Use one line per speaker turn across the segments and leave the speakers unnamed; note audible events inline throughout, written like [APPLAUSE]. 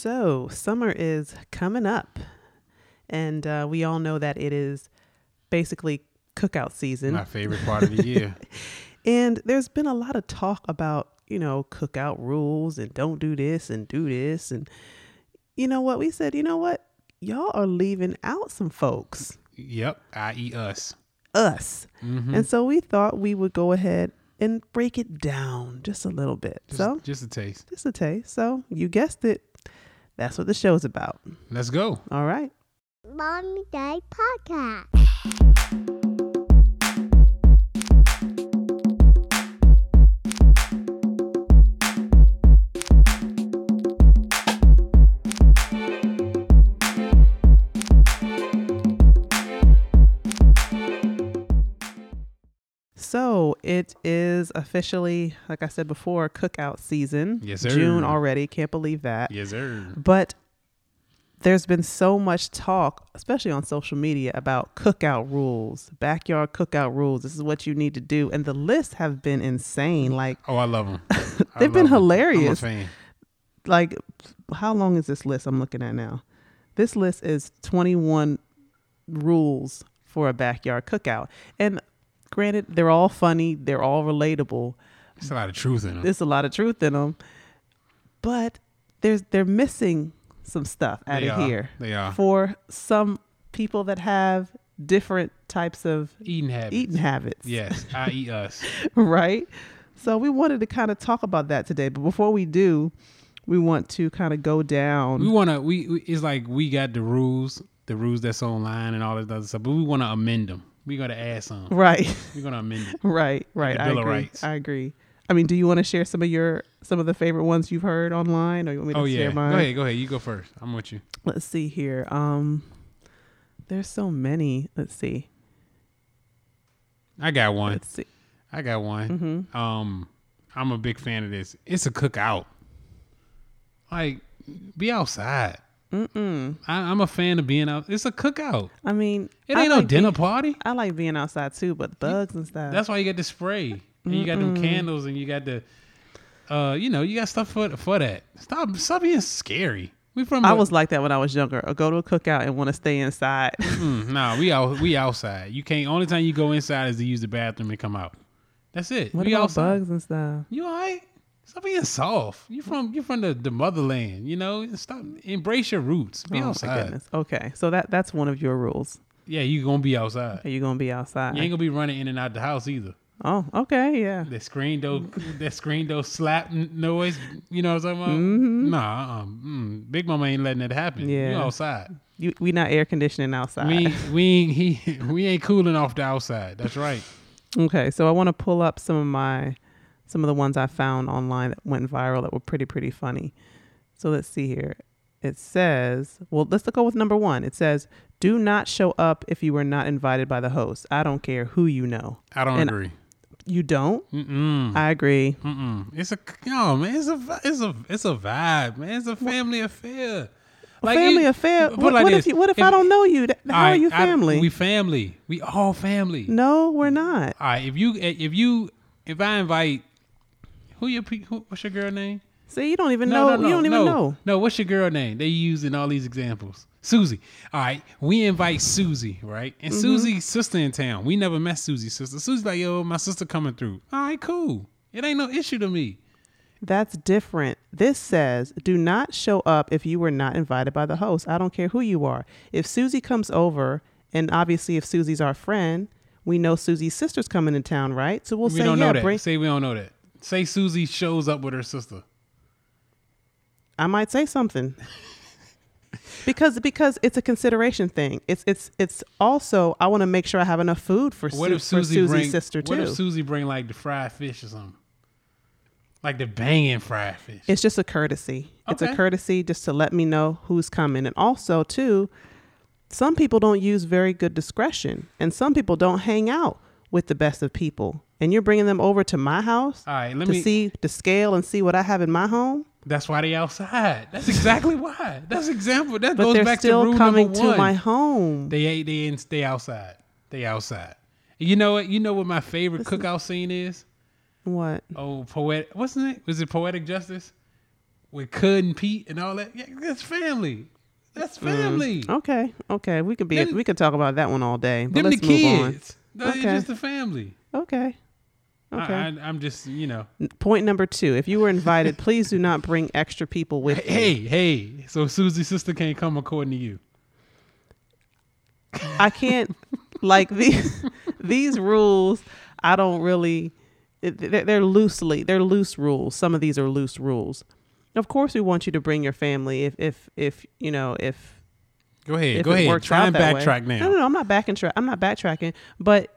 So, summer is coming up, and uh, we all know that it is basically cookout season.
My favorite part of
[LAUGHS]
the year.
And there's been a lot of talk about, you know, cookout rules and don't do this and do this. And you know what? We said, you know what? Y'all are leaving out some folks,
yep, i.e. us.
us. And so we thought we would go ahead and break it down just a little bit.
Just,
so,
just a taste.
just a taste. So, you guessed it. That's what the show's about.
Let's go.
All right.
Mommy Day Podcast.
So it is officially, like I said before, cookout season.
Yes, sir.
June already. Can't believe that.
Yes, sir.
But there's been so much talk, especially on social media, about cookout rules, backyard cookout rules. This is what you need to do. And the lists have been insane. Like,
Oh, I love them.
[LAUGHS] They've been hilarious.
I'm a fan.
like how long is this list I'm looking at now? This list is 21 rules for a backyard cookout. And granted, they're all funny, they're all relatable.
There's a lot of truth in them.
There's a lot of truth in them, but there's they're missing some stuff out
They
of
are.
here.
They are.
for some people that have different types of
Eating habits.
eating habits.
Yes, i.e. us.
[LAUGHS] right? So we wanted to kind of talk about that today, but before we do, we want to kind of go down.
We want to, we, we, it's like we got the rules, the rules that's online and all this other stuff, but we want to amend them. we got to add some.
Right, [LAUGHS]
We're going to amend it.
right, right.
the
I
Bill of
agree.
Rights.
I agree. I mean, do you want to share some of your some of the favorite ones you've heard online, or you want me to
Oh,
share
yeah. Go
mine?
ahead, go ahead. You go first. I'm with you.
Let's see here. Um, there's so many. Let's see.
I got one.
Let's see.
I got one.
Mm-hmm.
Um, I'm a big fan of this. It's a cookout. Like, be outside. Mm-mm. I, I'm a fan of being out. It's a cookout.
I mean,
It
I
ain't no
like
dinner
being-
party.
I like being outside too, but bugs and stuff.
That's why you got the spray and you got them candles and you got the, uh, you know, you got stuff for for that. Stop, stop being scary. We from
I
a-
was like that when I was younger. Or go to a cookout and want to stay
[LAUGHS]
inside. [LAUGHS]
Mm, nah, we out, we outside. You can't. Only time you go inside is to use the bathroom and come out. That's it.
what
we
about
outside.
bugs and stuff?
You all right? Stop being soft. You from you from the, the motherland, you know? Stop embrace your roots. Be
Oh, my
outside.
goodness. Okay, so that that's one of your rules.
Yeah, you gonna be outside.
Are you gonna be outside?
You ain't gonna be running in and out the house either.
oh, okay, yeah.
That
[LAUGHS]
screen door that screen door slap n- noise, you know what I'm talking about? Nah, uh-uh. mm, Big Mama ain't letting that happen. You
Mm-hmm. Yeah.
outside.
You, we not air conditioning outside.
We ain't, we ain't, he, [LAUGHS] we ain't cooling off the outside. That's right.
okay, so I want to pull up some of my some of the ones I found online that went viral that were pretty pretty funny. So let's see here. It says, well, let's go with number one. It says, "Do not show up if you were not invited by the host. I don't care who you know.
I don't
And-
agree.
You don't.
Mm-mm. Hmm.
I agree.
Mm-mm. It's a no, man. It's a vi- it's a it's a vibe, man. It's a family affair.
family
it-
affair.
put it
What,
like
what
this.
if you, what if, I don't know you? Th- How
I-
are you
I-
family?
we family. We all family.
no, we're not.
All right. If you if you if I invite who your pe- who, what's your girl name?
See, you don't even know. you don't even
no,
know.
No, what's your girl name? They use in all these examples. Susie. All right, we invite Susie, right? And
Mm-hmm.
Susie's sister in town. We never met Susie's sister. Susie's like, yo, my sister coming through. All right, cool. It ain't no issue to me.
That's different. This says, do not show up if you were not invited by the host. I don't care who you are. If Susie comes over, and obviously if Susie's our friend, we know Susie's sister's coming in town, right? So we'll
We
say,
don't
yeah,
know that.
bring.
Say we don't know that. Say Susie shows up with her sister.
I might say something. because because it's a consideration thing. It's it's it's also I want to make sure I have enough food for,
What
Su-
if Susie
for Susie's
bring
sister too.
What if Susie bring like the fried fish or something? Like the banging fried fish.
It's just a courtesy. It's a
Okay.
courtesy just to let me know who's coming. And also, too, some people don't use very good discretion and some people don't hang out with the best of people. And you're bringing them over to my house
All right, let
to
me.
see, to scale and see what I have in my home.
That's why they outside. That's exactly why. That's example. That
But
goes
they're
back to
still
rule
coming
number
to
one.
my home.
They ain't. They ain't stay outside. They outside. You know what? You know what my favorite cookout scene is?
what?
Oh, poet. What's it? Was it poetic justice? with Cud and Pete and all that. Yeah, that's family. That's
Mm.
family.
Okay, okay, we could be
Them-
we could talk about that one all day. But
Them the
let's move
kids. No, It's
Okay.
just the family.
on. Okay, okay.
I, I, I'm just you know.
N- Point number two: If you were invited, please do not bring extra people with you.
[LAUGHS] Hey, hey. So Susie's sister can't come according to you.
I can't like these [LAUGHS] these rules. I don't really. it- They're, they're loosely they're loose rules. Some of these are loose rules. Of course, we want you to bring your family if if if you know if
Go ahead.
if
go
it
ahead.
works
Try
out
and
that way.
backtrack now.
No, no, [LAUGHS] no, I'm not backing track. I'm not backtracking. But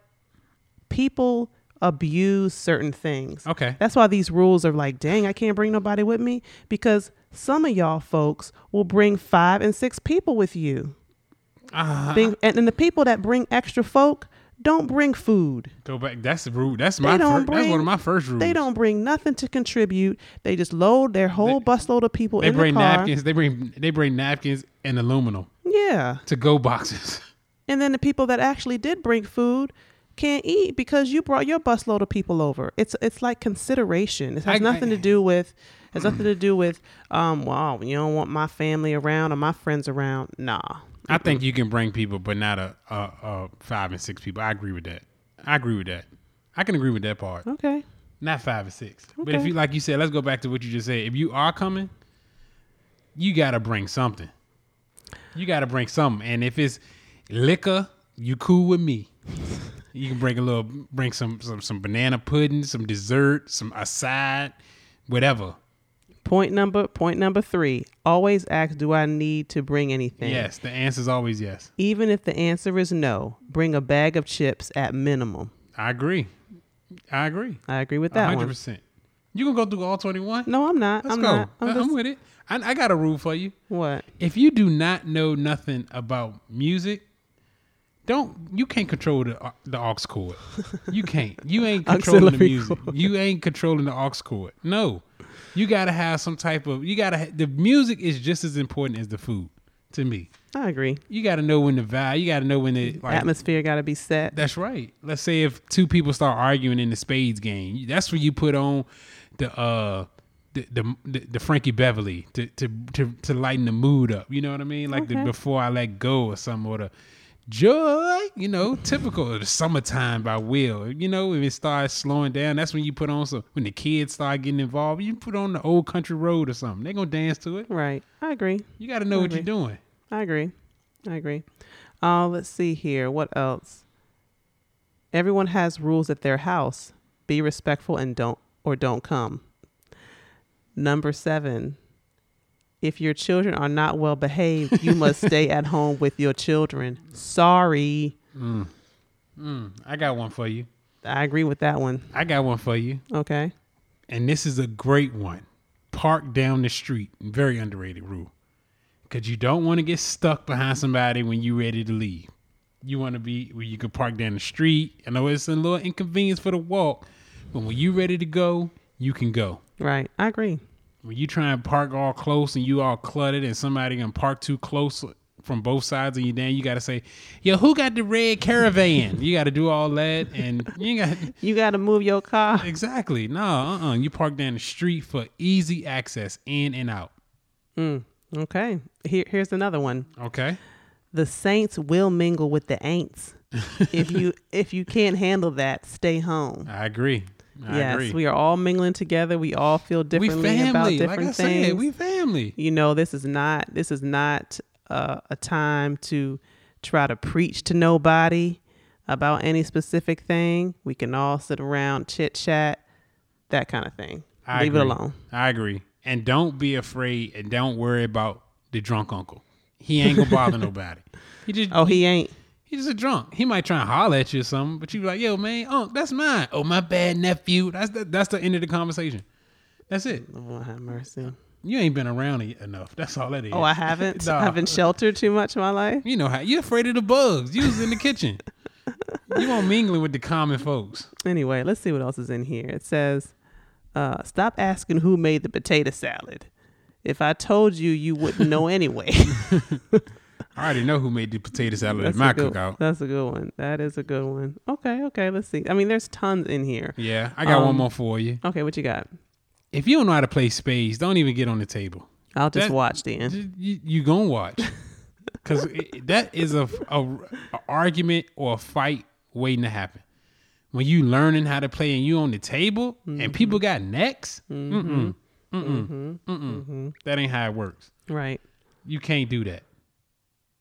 people abuse certain things.
Okay.
That's why these rules are like, dang, I can't bring nobody with me because some of y'all folks will bring five and six people with you.
Ah,
Thing- and, and the people that bring extra folk don't bring food.
go back. That's rude. That's
don't
my. Fir- that's one
bring-
of my first rules.
They don't bring nothing to contribute. They just load their whole
They-
busload of people
They
in
bring
the car.
napkins. They bring. They bring napkins and aluminum
Yeah.
to go boxes. [LAUGHS]
And then the people that actually did bring food can't eat because you brought your busload of people over. It's it's like consideration. It has
I-
nothing
I-
to do with
[CLEARS THROAT]
has nothing to do with um well you don't want my family around or my friends around. Nah.
I think you can bring people, but not a, a, a five and six people. I agree with that. I agree with that. I can agree with that part.
Okay.
Not five and six. But if
Okay.
you like you said, let's go back to what you just said. If you are coming, you gotta bring something. You gotta bring something. And if it's liquor, you cool with me. You can bring a little bring some some, some banana pudding, some dessert, some a side, whatever.
Point number point number 3. Always ask do I need to bring anything?
Yes. The answer's always yes.
Even if the answer is no, bring a bag of chips at minimum.
I agree. I agree.
I agree with that
hundred
one.
percent. You gonna go through all twenty one?
No, I'm not.
Let's
I'm
go. Uh,
not. I'm
I-
just-
I'm with it. I, I got a rule for you.
what?
If you do not know nothing about music, don't you can't control the au- the aux cord. You can't. You ain't controlling the
Auxiliary
music. You ain't controlling the aux cord. No, you gotta have some type of. You gotta. ha- The music is just as important as the food to me.
I agree.
You gotta know when to vibe. You gotta know when to like,
Atmosphere got to be set.
that's right. Let's say if two people start arguing in the spades game, that's where you put on the uh the the, the, the Frankie Beverly to, to to to lighten the mood up. You know what I mean? Like the
Okay.
before I let go or some or the joy. You know, typical of the summertime by Will. You know, when it starts slowing down, that's when you put on some. When the kids start getting involved, you put on the old country road or something. They gonna dance to it.
Right. I agree.
You got to know what you're
Agree.
doing.
I agree. I agree. Uh, let's see here. What else? Everyone has rules at their house. Be respectful and don't or don't come. Number seven. If your children are not well behaved, you must stay [LAUGHS] at home with your children. Sorry.
Mm, I got one for you.
I agree with that one.
I got one for you.
Okay.
and this is a great one. Park down the street. Very underrated rule. Cause you don't want to get stuck behind somebody when you're ready to leave. You want to be where you can park down the street. I know it's a little inconvenience for the walk, but when you're ready to go, you can go.
Right. I agree.
When you try and park all close and you all cluttered and somebody can park too close from both sides of you, then you got to say, "Yo, who got the red caravan?" you got to do all that, and you ain't got
You got to move your car.
Exactly. No, uh uh You park down the street for easy access in and out.
Mm. Okay. Here, here's another one.
Okay.
the saints will mingle with the ain'ts. if
[LAUGHS]
you if you can't handle that, stay home.
I agree. I
yes,
agree.
we are all mingling together. We all feel
We
differently about
family.
different
Like I
things.
said, we family.
you know, this is not this is not uh, a time to try to preach to nobody about any specific thing. We can all sit around, chit chat, that kind of thing.
I
Leave it
agree.
alone.
I agree. And don't be afraid and don't worry about the drunk uncle. He ain't gonna
[LAUGHS]
bother nobody. He just
Oh, he ain't.
he's just a drunk. He might try and holler at you or something, but you be like, yo, man, unk, that's mine. Oh, my bad nephew. That's the that's the end of the conversation. That's it.
Lord have mercy.
You ain't been around it enough. That's all that is. [LAUGHS]
Oh, I haven't.
Nah.
I've been sheltered too much in my life.
You know how you're afraid of the bugs. You was in the kitchen. You won't mingling with the common folks.
Anyway, let's see what else is in here. It says, uh, "Stop asking who made the potato salad. If I told you, you wouldn't
[LAUGHS]
know anyway."
I already know who made the potato salad at
That's
my
a good,
cookout.
That's a good one. That is a good one. Okay, okay. Let's see. I mean, there's tons in here.
Yeah, I got one
Um,
more for you.
Okay, what you got?
If you don't know how to play spades, don't even get on the table.
I'll just
That-
watch the end.
You, you- you gonna
[LAUGHS]
watch because that is a, a, a argument or a fight waiting to happen. When you learning how to play and you on the table
Mm-hmm.
and people got necks, mm-mm, mm-mm, mm-mm,
Mm-hmm.
that ain't how it works.
Right.
You can't do that.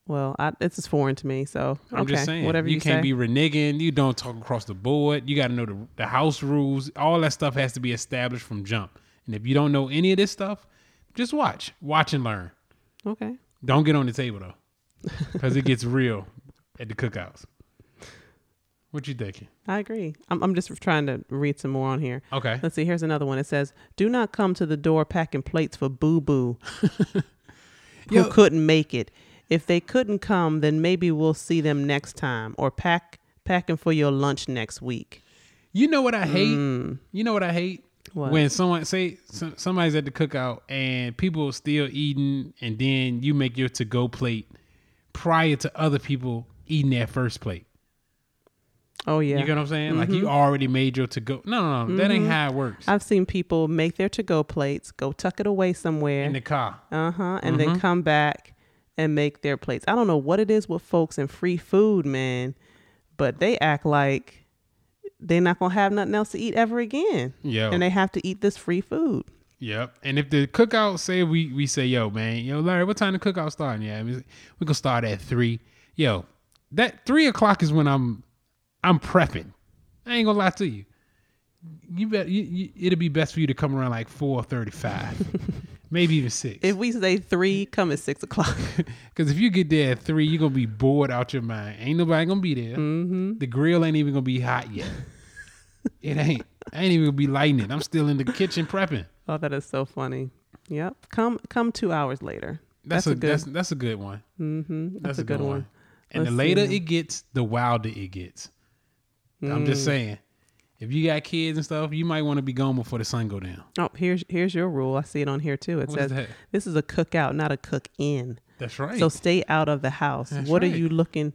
Well, I, it's just foreign to me, so
I'm
okay.
just saying.
Whatever you,
can't
say.
be reneging. You don't talk across the board. You got to know the, the house rules. All that stuff has to be established from jump. And if you don't know any of this stuff, just watch, watch and learn.
okay.
Don't get on the table though, because
[LAUGHS]
it gets real at the cookouts. What you thinking?
I agree. I'm, I'm just trying to read some more on here.
Okay.
Let's see. Here's another one. It says, "Do not come to the door packing plates for Boo
[LAUGHS]
Boo, who
Yo-
couldn't make it. If they couldn't come, then maybe we'll see them next time, or pack packing for your lunch next week."
You know what I hate? You know what I hate?
Mm. What?
When someone say some, somebody's at the cookout and people are still eating, and then you make your to go plate prior to other people eating their first plate.
Oh yeah.
You get what I'm saying? Like you already made your to go. No, no, no. That ain't how it works.
I've seen people make their to-go plates, go tuck it away somewhere,
In the car.
Uh huh. And then
Mm-hmm.
come back and make their plates. I don't know what it is with folks and free food, man, but they act like they're not gonna have nothing else to eat ever again,
Yeah.
and they have to eat this free food.
Yep. And if the cookout say we we say, yo, man, yo, Larry, what time the cookout starting? Yeah, we we gonna start at three. Yo, that three o'clock is when I'm I'm prepping. I ain't gonna lie to you. You bet you, you, it'll be best for you to come around like four thirty five. [LAUGHS] Maybe even six.
If we say three, come at six o'clock. [LAUGHS]
Because if you get there at three, you're gonna be bored out your mind. Ain't nobody gonna be there.
Mm-hmm.
The grill ain't even gonna be hot yet. it ain't. I ain't even gonna be lighting it. I'm still in the kitchen prepping.
oh, that is so funny. Yep. Come come two hours later.
That's, a,
good.
that's that's a good one.
mm-hmm. That's, a good, one.
And the
Let's
later
see.
it gets, the wilder it gets. I'm
Mm.
just saying. If you got kids and stuff, you might want to be gone before the sun go down.
Oh, here's here's your rule. I see it on here too. It
What is
says
that?
this is a cookout, not a cook in.
That's right.
So stay out of the house.
That's
what
right.
are you looking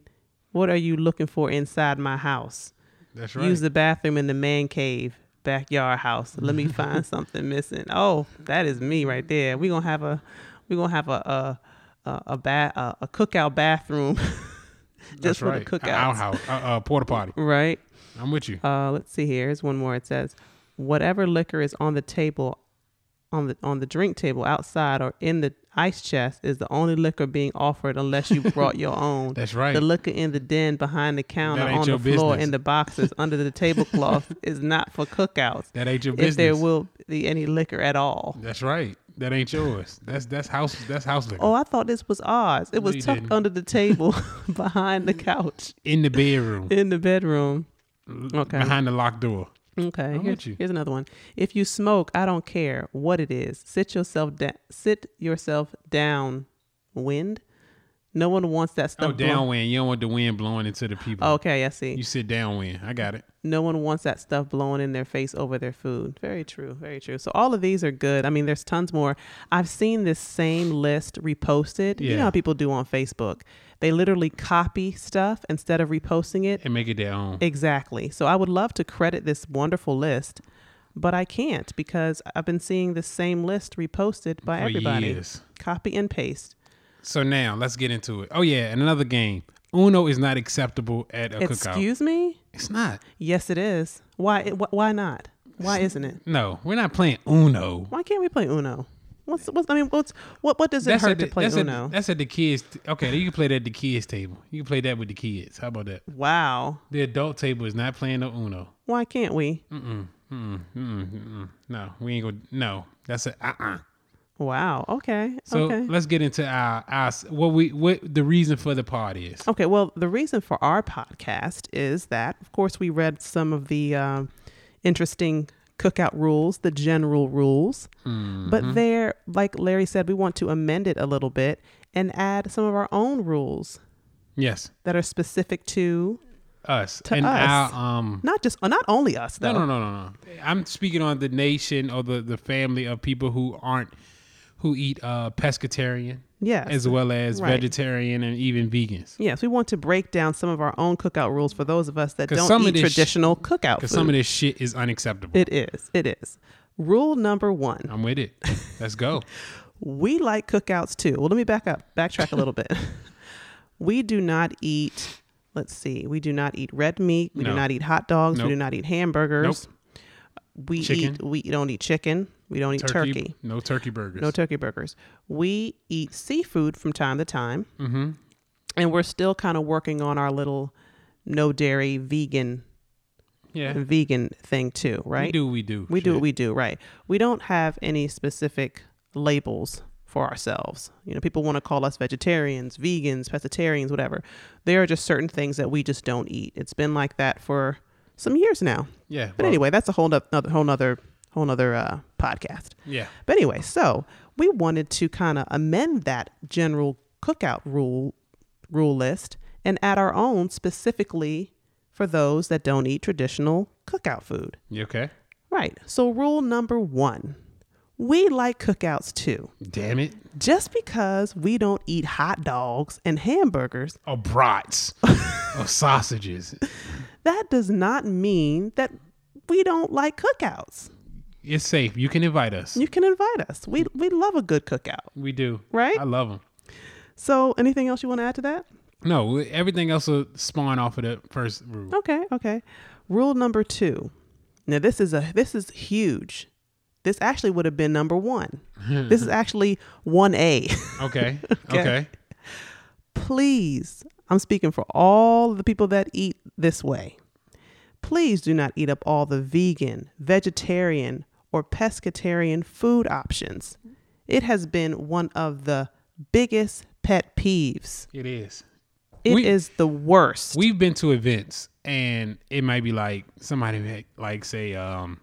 what are you looking for inside my house?
That's right.
Use the bathroom in the man cave, backyard house. Let me find
[LAUGHS]
something missing. Oh, that is me right there. We're gonna have a we're gonna have a a a, a, ba- a, a cookout bathroom. [LAUGHS] just
That's
for the
An
cookouts.
outhouse, uh, uh, porta potty.
Right?
I'm with you.
Uh, let's see here. Here's one more. It says, whatever liquor is on the table, on the on the drink table outside or in the ice chest is the only liquor being offered unless you brought
[LAUGHS]
your own.
That's right.
The liquor in the den, behind the counter,
ain't
on
your
the floor,
business.
in the boxes, under the
[LAUGHS]
tablecloth is not for cookouts.
That ain't your business.
If there will be any liquor at all.
That's right. That ain't yours. That's that's house. That's house liquor.
Oh, I thought this was ours. It was
you
tucked
didn't.
under the table,
[LAUGHS]
[LAUGHS] behind the couch,
In the bedroom,
in the bedroom. Okay.
behind the locked door.
Okay, here's,
with you.
here's another one. If you smoke, I don't care what it is. Sit yourself down. sit yourself down. Wind. No one wants that stuff.
Oh,
blown-
downwind. You don't want the wind blowing into the people.
Okay, I see.
You sit downwind. I got it.
no one wants that stuff blowing in their face over their food. Very true. Very true. So all of these are good. I mean, there's tons more. I've seen this same list reposted. You
Yeah.
know how people do on Facebook. They literally copy stuff instead of reposting it.
And make it their own.
Exactly. So I would love to credit this wonderful list, but I can't because I've been seeing the same list reposted by
For
everybody.
years.
Copy and paste.
So now let's get into it. Oh yeah, and another game. Uno is not acceptable at a cookout.
Excuse me?
It's not.
Yes, it is. Why? It, wh- why not? Why isn't it?
No, we're not playing Uno.
Why can't we play Uno? What's, what's I mean, what's what? What does it
at
hurt to
the-
play
that's at-
Uno?
that's at the kids. t- okay, you can play that at the kids table. You can play that with the kids. How about that?
wow.
The adult table is not playing no Uno.
Why can't we?
Mm, mm, mm. No, we ain't gonna. No, that's a uh uh
Wow. Okay.
So
okay.
let's get into our, our s- what we what the reason for the party is.
Okay, well, the reason for our podcast is that, of course, we read some of the um interesting cookout rules, the general rules,
Mm-hmm.
but there, like Larry said, we want to amend it a little bit and add some of our own rules
Yes,
that are specific to
us
To
and
us.
our um
not just uh, not only us though.
No, no, no, no, no. I'm speaking on the nation or the, the family of people who aren't who eat uh pescatarian
Yes.
as well as
Right.
vegetarian and even vegans.
Yes, we want to break down some of our own cookout rules for those of us that
'Cause
don't
some of
eat
this sh-
traditional cookout food.
Because some of this shit is unacceptable.
it is. It is. Rule number one
I'm with it.
[LAUGHS]
Let's go.
we like cookouts too. Well, let me back up, backtrack a little
[LAUGHS]
bit. We do not eat, let's see, we do not eat red meat. We
No.
do not eat hot dogs.
Nope.
We do not eat hamburgers. We
Chicken.
eat, we don't eat chicken. We don't eat
Turkey,
turkey.
No turkey burgers.
No turkey burgers. We eat seafood from time to time. Mm-hmm. And we're still kind of working on our little no dairy vegan
yeah.
vegan thing too, right?
We do what we do.
We do
Shit.
what we do, right? We don't have any specific labels for ourselves. You know, people want to call us vegetarians, vegans, pescatarians, whatever. There are just certain things that we just don't eat. It's been like that for some years now.
Yeah.
But
well,
anyway, that's a whole nother whole nother whole nother uh, podcast.
Yeah.
But anyway, so we wanted to kind of amend that general cookout rule rule list and add our own specifically for those that don't eat traditional cookout food.
You okay?
Right. So rule number 1. We like cookouts too.
Damn it.
Just because we don't eat hot dogs and hamburgers, [LAUGHS]
Or brats. or sausages.
that does not mean that we don't like cookouts.
It's safe. You can invite us.
You can invite us. We we love a good cookout,
We do.
right?
I love them.
So, anything else you want to add to that?
No, we- everything else will spawn off of the first rule.
Okay, okay. Rule number two. Now this is a this is huge. This actually would have been number one. this is actually one A. [LAUGHS]
Okay. okay.
Okay. Please, I'm speaking for all the people that eat this way. Please do not eat up all the vegan, vegetarian, or pescatarian food options. It has been one of the biggest pet peeves.
It is.
It is
We-
the worst.
We've been to events and it might be like somebody may- like say um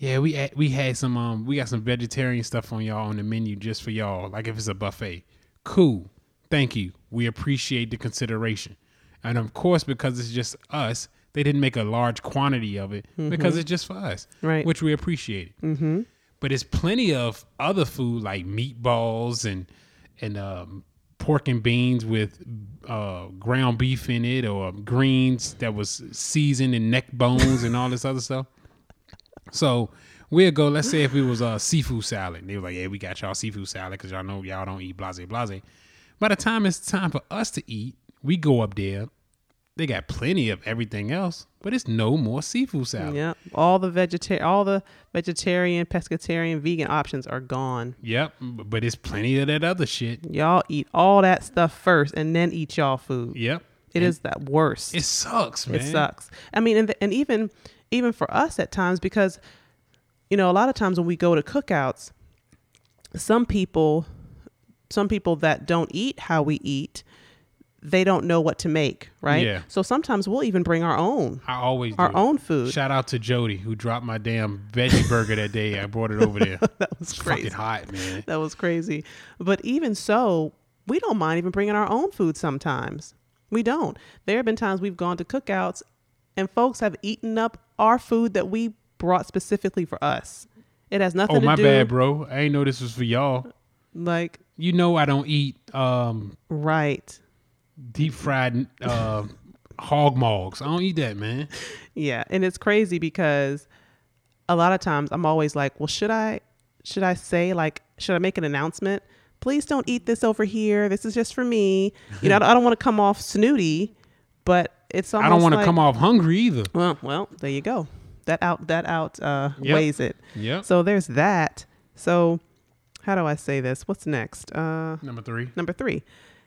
yeah, we had, we had some um we got some vegetarian stuff on y'all on the menu just for y'all like if it's a buffet. Cool. Thank you. We appreciate the consideration. And of course because it's just us, they didn't make a large quantity of it because it's just for us.
Right.
Which we appreciate. Mhm. But it's plenty of other food like meatballs and and um pork and beans with uh, ground beef in it or greens that was seasoned and neck bones and all this other stuff. So we'll go. Let's say if it was a seafood salad, they were like, "Yeah, we got y'all seafood salad because y'all know y'all don't eat blase blase." By the time it's time for us to eat, we go up there. They got plenty of everything else, but it's no more seafood salad.
Yeah, all the vegetarian, all the vegetarian, pescatarian, vegan options are gone.
Yep, but it's plenty of that other shit.
Y'all eat all that stuff first, and then eat y'all food.
Yep,
It is that worst.
it sucks, man.
it sucks. I mean, and, and even even for us at times, because you know, a lot of times when we go to cookouts, some people, some people that don't eat how we eat, they don't know what to make, right?
Yeah.
So sometimes we'll even bring our own,
I always
our
do.
own food.
Shout out to Jody who dropped my damn veggie burger that day. I brought
[LAUGHS]
it over there. that was
crazy.
fucking hot, man.
That was crazy. But even so, we don't mind even bringing our own food sometimes. We don't. There have been times we've gone to cookouts and folks have eaten up our food that we brought specifically for us. It has nothing
Oh
to
my
do
bad, bro. I ain't know this was for y'all.
like
You know I don't eat um,
right.
deep fried uh, hog mogs. I don't eat that, man.
Yeah, and it's crazy because a lot of times I'm always like, "Well, should I should I say like should I make an announcement? Please don't eat this over here. This is just for me." You know, I don't, want to come off snooty, but it's almost
[LAUGHS] I don't want to
like,
come off hungry either.
Well, well, there you go. That out that out uh,
Yep.
weighs it.
Yep.
So there's that. So how do I say this? What's next? Uh,
Number three.
number three.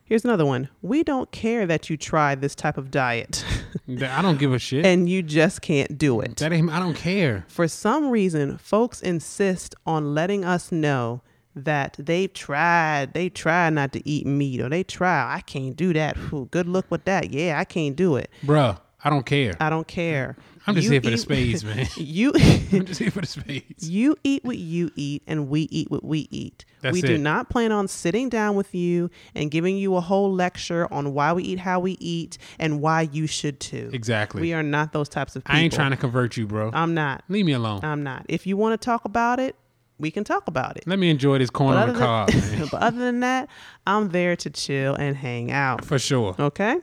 Here's another one. We don't care that you try this type of diet [LAUGHS]
That- I don't give a shit.
and you just can't do it.
that ain't. I don't care.
For some reason, folks insist on letting us know that they've tried, they try not to eat meat or they try, I can't do that. Whew, good luck with that. Yeah, I can't do it.
Bruh, I don't care.
I don't care.
I'm
Uh,
just
You
here for the
eat-
spades, man.
[LAUGHS]
[LAUGHS]
You [LAUGHS]
I'm just here for the spades.
You eat what you eat, and we eat what we eat.
That's
we do
it.
not plan on sitting down with you and giving you a whole lecture on why we eat how we eat and why you should too.
Exactly.
We are not those types of people. Uh,
I ain't trying to convert you, bro.
I'm not.
Leave me alone.
I'm not. If you want to talk about it, we can talk about it.
Let me enjoy this corn on the cob,
[LAUGHS]
man.
but other than that, I'm there to chill and hang out.
For sure.
Okay?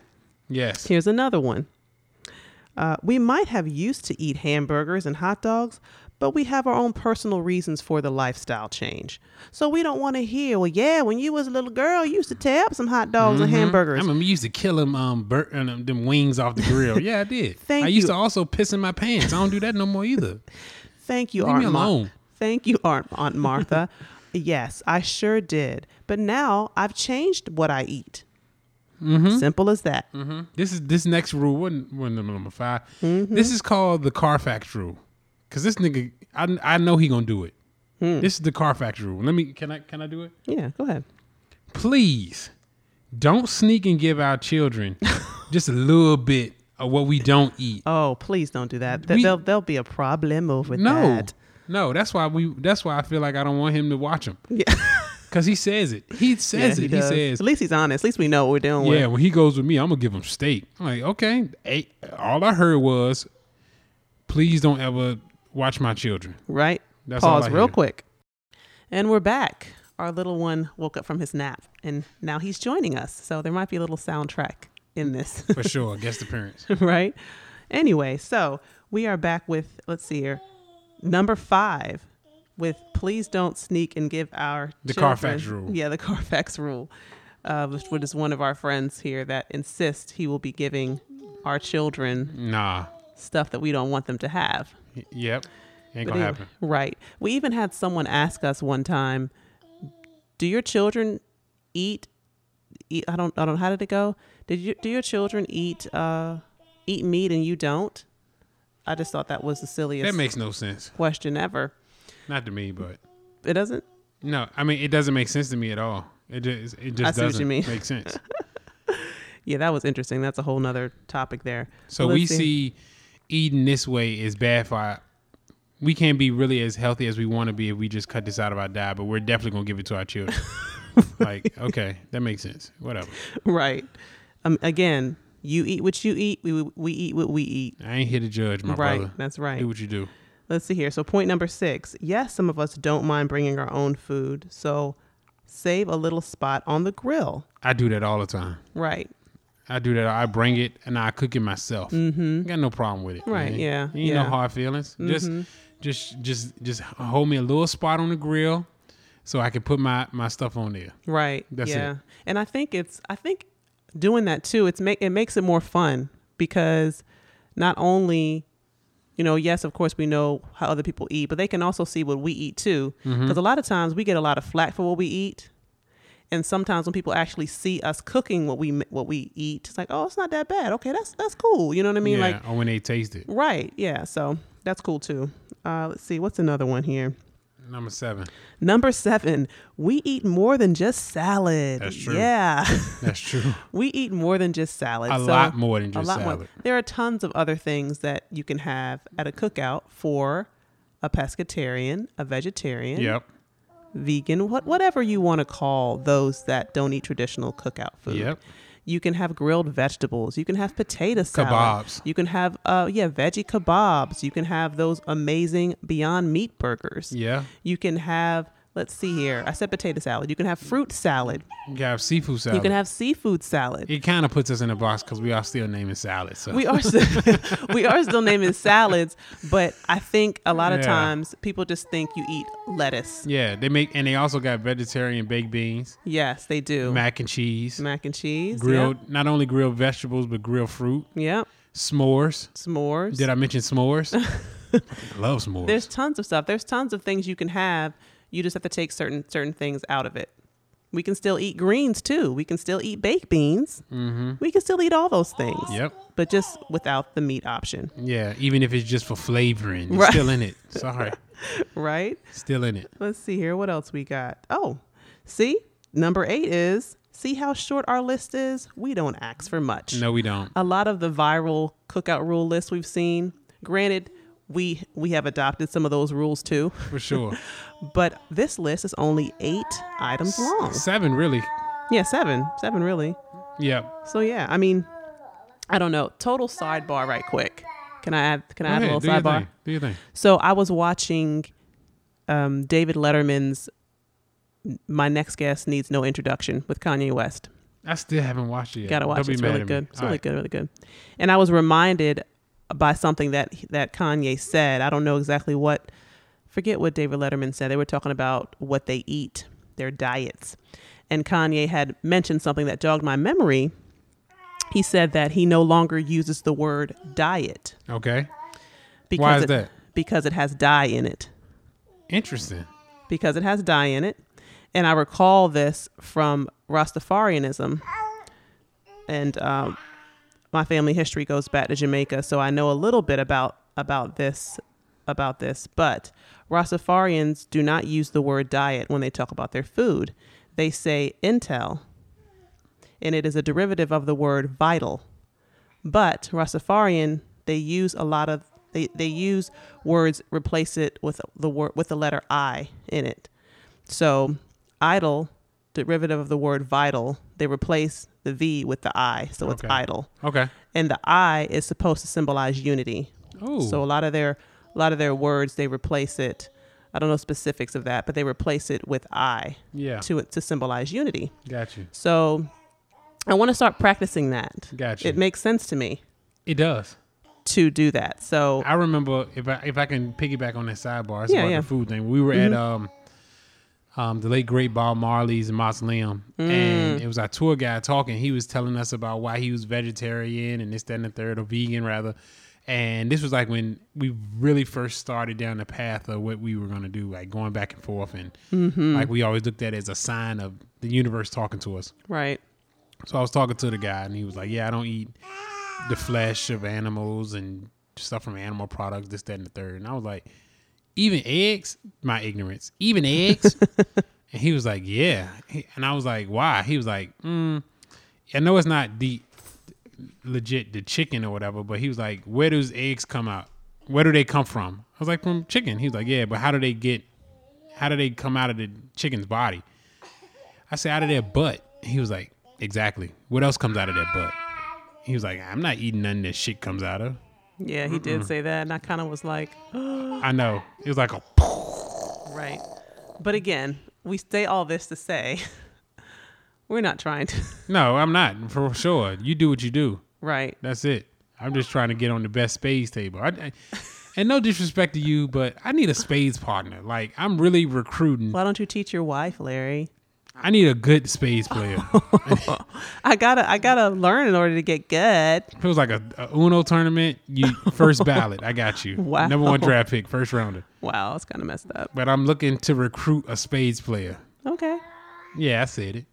Yes.
Here's another one. Uh, we might have used to eat hamburgers and hot dogs, but we have our own personal reasons for the lifestyle change. So we don't want to hear, well, yeah, when you was a little girl, you used to tear up some hot dogs and hamburgers.
I remember you used to kill them um, bur- uh, them them wings off
[LAUGHS]
the grill. Yeah, I did.
Thank
I used
you.
to also piss in my pants. I don't do that no
[LAUGHS]
more either.
Thank you,
Leave me
Aunt Martha.
alone.
Thank you, Aunt, Aunt
[LAUGHS]
Martha. yes, I sure did. But now I've changed what I eat.
Mm-hmm.
Simple as that.
This is this next rule. One, one number number 5
Mm-hmm.
This is called the Carfax rule, because this nigga, I, I know he gonna do it.
Hmm.
This is the Carfax rule. Let me. Can I can I do it?
Yeah, go ahead.
Please, don't sneak and give
[LAUGHS]
our children just a little bit of what we don't eat.
Oh, please don't do that. Th-
We-
there'll, there'll be a problem over
no,
that.
no. That's why we. That's why I feel like I don't want him to watch them.
Yeah. [LAUGHS]
Cause he says it. He
Yeah,
says it.
does.
he says
At least he's honest. At least we know what we're dealing
Yeah,
with.
when he goes with me, I'm gonna give him steak. I'm like, okay. eh, all I heard was, please don't ever watch my children.
Right?
That's all
Pause
I
real
hear.
quick. And we're back. Our little one woke up from his nap and now he's joining us. So there might be a little soundtrack in this. [LAUGHS]
For sure, against the parents.
right? Anyway, so we are back with, let's see here, number five with please don't sneak and give our
The
children-
Carfax rule.
Yeah, the [LAUGHS] Carfax rule, uh, which which is one of our friends here that insists he will be giving our children
Nah.
stuff that we don't want them to have.
Y- Yep. Ain't
But
gonna
anyway,
happen.
Right. We even had someone ask us one time, "Do your children eat? eat I don't. I don't. How did it go? Did you? Do your children eat? Uh, eat meat and you don't? I just thought that was the silliest
That makes no sense.
question ever.
Not to me, but
It doesn't.
no. I mean, it doesn't make sense to me at all. It just, it just
I see what you
doesn't
mean.
make sense.
[LAUGHS] Yeah, that was interesting. That's a whole nother topic there.
So
Let's
we see eating this way is bad for. Our, we can't be really as healthy as we want to be if we just cut this out of our diet, but we're definitely gonna give it to
[LAUGHS]
our children. like, okay, that makes sense. Whatever.
[LAUGHS] Right. Um. Again, you eat what you eat. We we eat what we eat.
I ain't here to judge, my
right.
brother.
That's right.
Do what you do.
Let's see here. So, point number six yes, some of us don't mind bringing our own food. So, save a little spot on the grill.
I do that all the time.
Right.
I do that. I bring it and I cook it myself. Mm-hmm. Got no problem with it.
Right,
man.
yeah,
Ain't
yeah. Mm-hmm.
no hard feelings. Just, just, just, just hold me a little spot on the grill, so I can put my my stuff on there.
Right.
That's
yeah.
it.
And I think it's, I think doing that too, it's make, it makes it more fun because not only, you know, yes, of course we know how other people eat, but they can also see what we eat too. Because
Mm-hmm.
a lot of times we get a lot of flack for what we eat. And sometimes when people actually see us cooking what we what we eat, it's like, oh, it's not that bad. Okay, that's that's cool. You know what I mean?
yeah.
Like
or when they taste it.
Right. Yeah. So that's cool too. Uh, let's see. What's another one here?
Number seven.
Number seven. We eat more than just salad.
That's true.
Yeah. [LAUGHS]
That's true.
we eat more than just salad.
A
So,
lot more than
a
just
lot more.
salad.
There are tons of other things that you can have at a cookout for a pescatarian, a vegetarian,
Yep.
vegan, what whatever you want to call those that don't eat traditional cookout food.
Yep.
You can have grilled vegetables. You can have potato salad.
Kebabs.
You can have uh yeah, veggie kebabs. You can have those amazing Beyond Meat burgers.
Yeah.
You can have let's see here. I said potato salad. You can have fruit salad.
You can have seafood salad.
You can have seafood salad.
it kind of puts us in a box because we are still naming salads. So
we are still, [LAUGHS] we are still naming salads, but I think a lot of
Yeah.
times people just think you eat lettuce.
yeah, they make and they also got vegetarian baked beans,
Yes, they do.
mac and cheese,
Mac and cheese.
grilled not only grilled vegetables but grilled fruit,
Yep. yep.
s'mores.
S'mores.
Did I
[LAUGHS]
mention s'mores? Love s'mores.
There's tons of stuff. There's tons of things you can have. You just have to take certain certain things out of it. We can still eat greens too. We can still eat baked beans. Mm-hmm. We can still eat all those things.
Yep.
But just without the meat option,
yeah, even if it's just for flavoring, it's
Right. [LAUGHS]
still in it. Sorry,
right?
still in it.
Let's see here. What else we got? Oh, see, number eight is see how short our list is. We don't ask for much.
No, we don't.
a lot of the viral cookout rule lists we've seen. Granted, we we have adopted some of those rules too,
For sure.
[LAUGHS] but this list is only eight items long.
Seven, really.
Yeah, seven, seven really.
Yep.
So yeah, I mean, I don't know. Total sidebar, right quick. Can I add? Can I add
Okay,
a
do
little
your
sidebar?
thing. Do your thing.
So I was watching um, David Letterman's "My Next Guest Needs No Introduction" with Kanye West.
I still haven't watched it yet.
Gotta watch
Don't
it.
be
It's
mad
really
at me.
good. It's
All
really
right.
good, really good. And I was reminded by something that that Kanye said. I don't know exactly what forget what David Letterman said. They were talking about what they eat, their diets. And Kanye had mentioned something that jogged my memory. He said that he no longer uses the word diet
Okay.
because
Why is
it,
that?
because it has dye in it.
Interesting.
Because it has dye in it. And I recall this from Rastafarianism. And um, my family history goes back to Jamaica, so I know a little bit about about this about this. But Rastafarians do not use the word diet when they talk about their food. They say intel, and it is a derivative of the word vital. But Rastafarian, they use a lot of they, they use words replace it with the word with the letter I in it. So idle, derivative of the word vital, they replace the V with the I, so it's
Okay.
idle
Okay.
and the I is supposed to symbolize unity.
Oh.
So a lot of their a lot of their words they replace it. I don't know specifics of that, but they replace it with I
yeah.
to it to symbolize unity.
Got you.
So I want to start practicing that.
Gotcha.
It makes sense to me
It does.
to do that. So
I remember if I if I can piggyback on that sidebar, it's
Yeah,
about
yeah. Mm-hmm.
the food thing. We were at um um the late great Bob Marley's mausoleum,
Mm.
and it was our tour guide talking. He was telling us about why he was vegetarian and this, that, and the third, or vegan rather. And this was like when we really first started down the path of what we were gonna do, like going back and forth, and
Mm-hmm.
like we always looked at it as a sign of the universe talking to us.
right.
So I was talking to the guy, and he was like, "Yeah, I don't eat the flesh of animals and stuff from animal products, this, that, and the third. And I was like, "Even eggs? My ignorance. Even eggs?" and he was like, "Yeah." He- And I was like, "Why?" He was like, mm, "I know it's not the legit the chicken or whatever, but he was like, "Where do eggs come out? Where do they come from?" I was like, "From chicken." He was like, "Yeah, but how do they get? How do they come out of the chicken's body?" I said, out of their butt. He was like, exactly. What else comes out of their butt? He was like, I'm not eating none of this shit comes out of.
Yeah, he did say that and I kind of was like,
I know. It was like a [LAUGHS]
right. But again, we say all this to say [LAUGHS] we're not trying to [LAUGHS]
no. I'm not for sure. You do what you do.
right.
That's it. I'm just trying to get on the best spades table. I, I- and no disrespect to you, but I need a spades partner. Like I'm really recruiting.
Why don't you teach your wife, Larry?
I need a good spades player.
I gotta I gotta learn in order to get good.
If it was like a, a Uno tournament, you first ballot. I got you.
Wow.
Number one draft pick, first rounder.
Wow, it's kind of messed up.
But I'm looking to recruit a spades player.
Okay.
Yeah, I said it.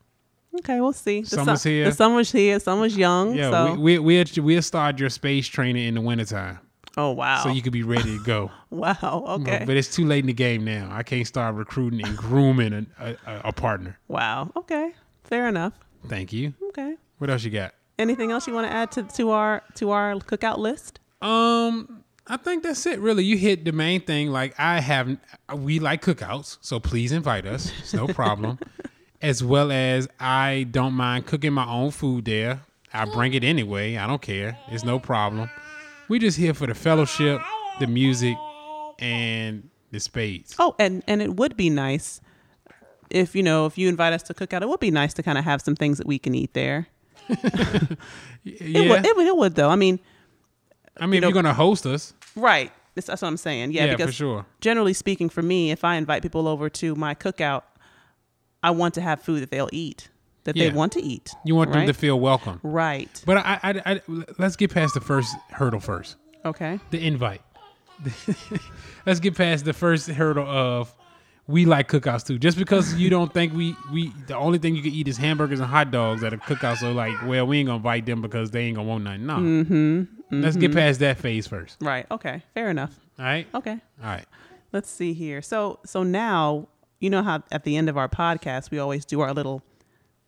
Okay, we'll see. The
Summer's
sun-
here.
The summer's here. Summer's young.
Yeah,
so.
we, we, we'll, we'll start your space training in the wintertime
oh wow.
so you can be ready to [LAUGHS] go.
wow. Okay.
But it's too late in the game now. I can't start recruiting and grooming a, a, a partner.
wow. Okay. Fair enough.
Thank you.
Okay.
What else you got?
Anything else you want to add to to our to our cookout list?
Um, I think that's it, really. You hit the main thing. Like, I have, we like cookouts, so please invite us. It's no [LAUGHS] problem. as well as, I don't mind cooking my own food there. I bring it anyway. I don't care. It's no problem. we just here for the fellowship, the music, and the spades.
Oh, and and it would be nice if you know if you invite us to cookout. It would be nice to kind of have some things that we can eat there.
yeah.
It would. It would, it would though. I mean,
I mean, if
know-
you're going to host us,
right. That's, that's what I'm saying. Yeah.
yeah,
because
for sure.
generally speaking, for me, if I invite people over to my cookout, I want to have food that they'll eat, that
Yeah.
they want to eat.
You want them
right?
to feel welcome.
Right.
But I, I, I, let's get past the first hurdle first.
Okay.
the invite. [LAUGHS] Let's get past the first hurdle of we like cookouts too. Just because you don't think we we the only thing you can eat is hamburgers and hot dogs at a cookout, so like, well, we ain't gonna invite them because they ain't gonna want nothing. No,
Mm-hmm,
let's get past that phase first.
Right. Okay. Fair enough.
All right,
Okay.
all right.
Let's see here. So so now you know how at the end of our podcast we always do our little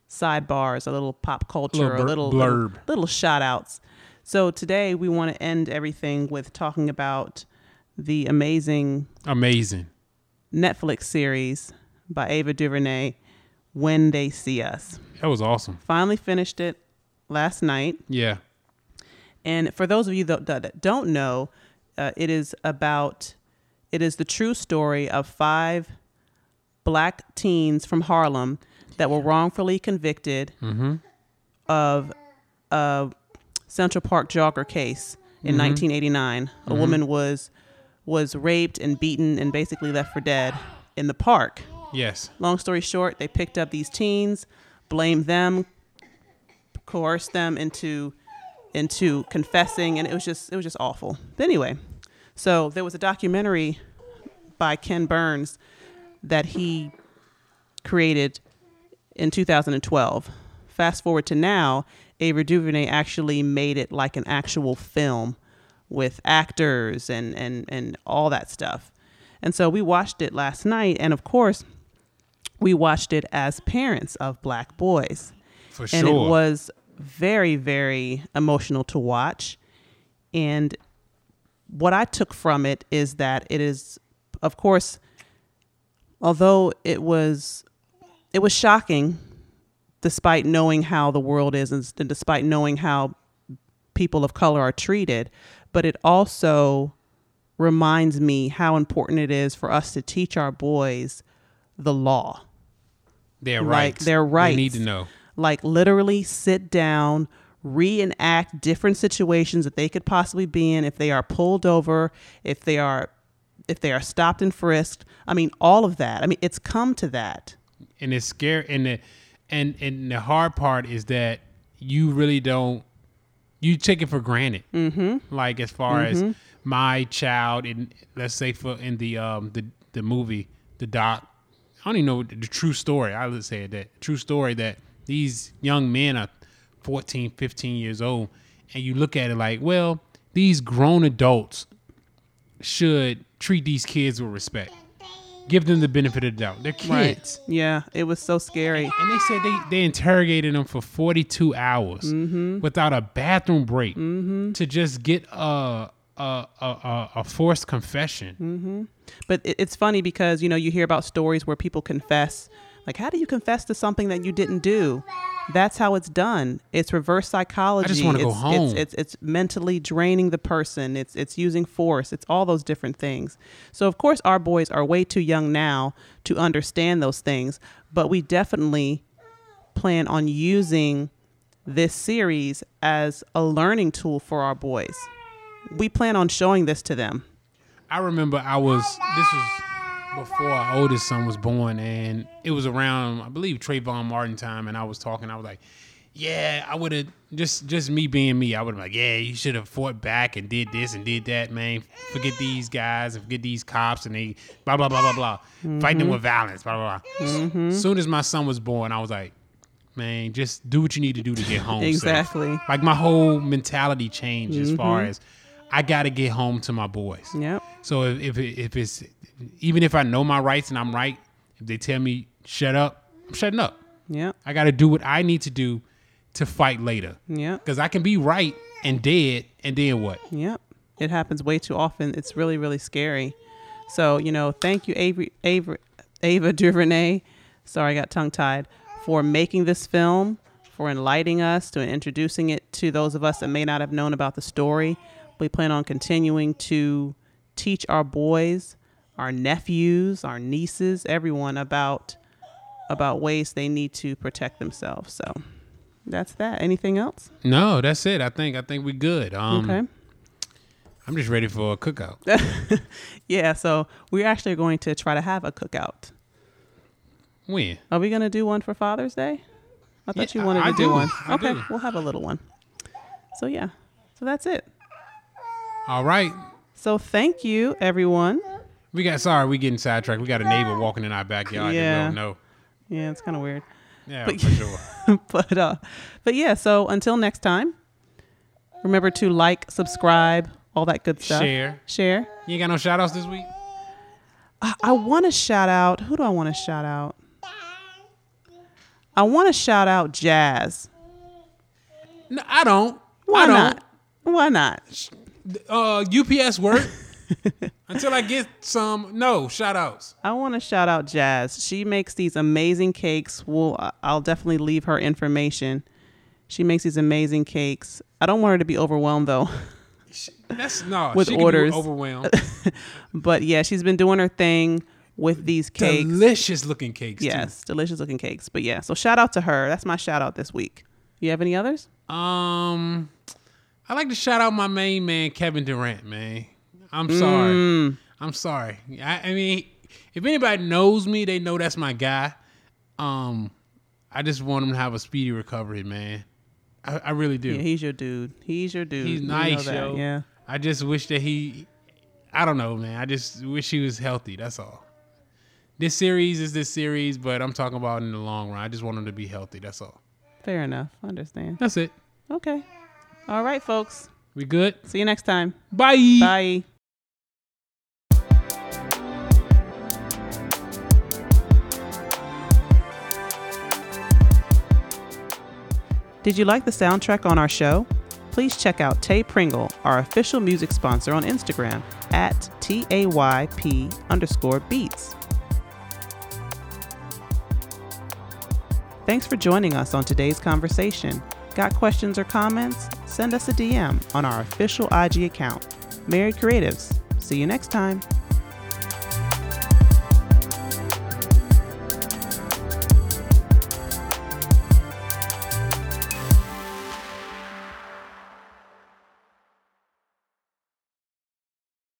sidebars, a little pop culture,
Little
a
blur-
little
blurb.
little, little shout outs. So today we want to end everything with talking about the amazing
Amazing.
Netflix series by Ava DuVernay, When They See Us.
That was awesome.
Finally finished it last night.
Yeah,
And for those of you that, that- that don't know, uh, it is about it is the true story of five black teens from Harlem that were wrongfully convicted of a Central Park jogger case in 1989. A woman was was raped and beaten and basically left for dead in the park.
Yes.
Long story short, they picked up these teens, blamed them, coerced them into into confessing, and it was just it was just awful. But anyway, so there was a documentary by Ken Burns that he created in 2012. Fast forward to now, Ava DuVernay actually made it like an actual film with actors and and and all that stuff. And so we watched it last night, and of course, we watched it as parents of black boys.
For
and
sure.
it was very, very emotional to watch. And what I took from it is that it is, of course, although it was it was shocking despite knowing how the world is and, s- and despite knowing how people of color are treated but it also reminds me how important it is for us to teach our boys the law
They're right.
like their rights.
They need to know.
Like literally sit down, reenact different situations that they could possibly be in if they are pulled over, if they are if they are stopped and frisked. I mean, all of that. I mean, it's come to that.
and it's scary and the and and the hard part is that you really don't you take it for granted mm-hmm. like as far as my child in let's say for in the um the the movie the doc i don't even know the, the true story i would say that true story that these young men are 14 15 years old and you look at it like well these grown adults should treat these kids with respect give them the benefit of the doubt they're kids
Yeah, it was so scary.
and they said they, they interrogated him for 42 hours without a bathroom break to just get a a, a, a, a forced confession.
But it, it's funny because you know you hear about stories where people confess. Like, how do you confess to something that you didn't do? That's how it's done. It's reverse psychology.
wanna
it's,
go home.
It's, it's it's mentally draining the person. It's it's using force. It's all those different things. So of course our boys are way too young now to understand those things. But we definitely plan on using this series as a learning tool for our boys. We plan on showing this to them.
I remember I was this was before our oldest son was born, and it was around I believe Trayvon Martin time, and I was talking. I was like, "Yeah, I would have just just me being me. I would have like, yeah, you should have fought back and did this and did that, man. Forget these guys and forget these cops and they blah blah blah blah blah, fighting them with violence, blah blah blah." As soon as my son was born, I was like. Man, just do what you need to do to get home. safe."
Exactly.
Like my whole mentality changed as far as I got to get home to my boys.
Yep.
So if, if it- if it's even if I know my rights and I'm right, if they tell me shut up, I'm shutting up.
Yep.
I got to do what I need to do to fight later.
Yep.
Because I can be right and dead, and then what?
Yep. It happens way too often. It's really, really scary. So, you know, thank you, Avery, Avery, Ava DuVernay. Sorry, I got tongue tied. For making this film, for enlightening us, to introducing it to those of us that may not have known about the story. We plan on continuing to teach our boys, our nephews, our nieces, everyone about about ways they need to protect themselves. So that's that. Anything else?
No, that's it. I think I think we good. Um,
Okay.
I'm just ready for a cookout.
Yeah, so we're actually going to try to have a cookout.
When?
Are we going to do one for Father's Day? I thought
Yeah,
you wanted
I-
to
I
do,
do.
one.
I
okay,
do.
we'll have a little one. So yeah, so that's it.
All right.
So thank you, everyone.
We got sorry. We getting sidetracked. We got a neighbor walking in our backyard.
Yeah.
Yeah. Don't know.
Yeah, it's kind of weird, [LAUGHS]
Yeah,
But-
for sure.
but uh, but yeah. So until next time, remember to like, subscribe, all that good stuff.
Share.
Share.
You ain't got no shout outs this week.
I, I want to shout out. Who do I want to shout out? I want to shout out Jazz.
No, I don't.
Why
I don't.
not? Why not?
uh,
[LAUGHS]
UPS work until I get some no shout outs.
I want to shout out Jazz. She makes these amazing cakes. Well, I- I'll definitely leave her information. She makes these amazing cakes. I don't want her to be overwhelmed though. [LAUGHS]
That's no
With
she can be
orders.
overwhelmed.
But yeah, she's been doing her thing with these [LAUGHS] cakes.
Delicious looking cakes.
yes, delicious looking cakes. But yeah, so shout out to her. That's my shout out this week. You have any others?
Too. Um, I like to shout out my main man Kevin Durant. Man, I'm sorry.
Mm.
I'm sorry. I, I mean, if anybody knows me, they know that's my guy. Um, I just want him to have a speedy recovery, man. I, I really do.
Yeah, he's your dude. He's your dude.
He's
You know
nice,
that,
yo.
Yeah.
I just wish that he. I don't know, man. I just wish he was healthy. That's all. This series is this series, but I'm talking about in the long run. I just want him to be healthy. That's all.
Fair enough. Understand.
That's it.
Okay. All right, folks.
We good?
See you next time.
Bye.
Bye. Did you like the soundtrack on our show? Please check out Tay Pringle, our official music sponsor on Instagram at T A Y P underscore beats. Thanks for joining us on today's conversation. Got questions or comments? Send us a DM on our official IG account, Married Creatives. See you next time.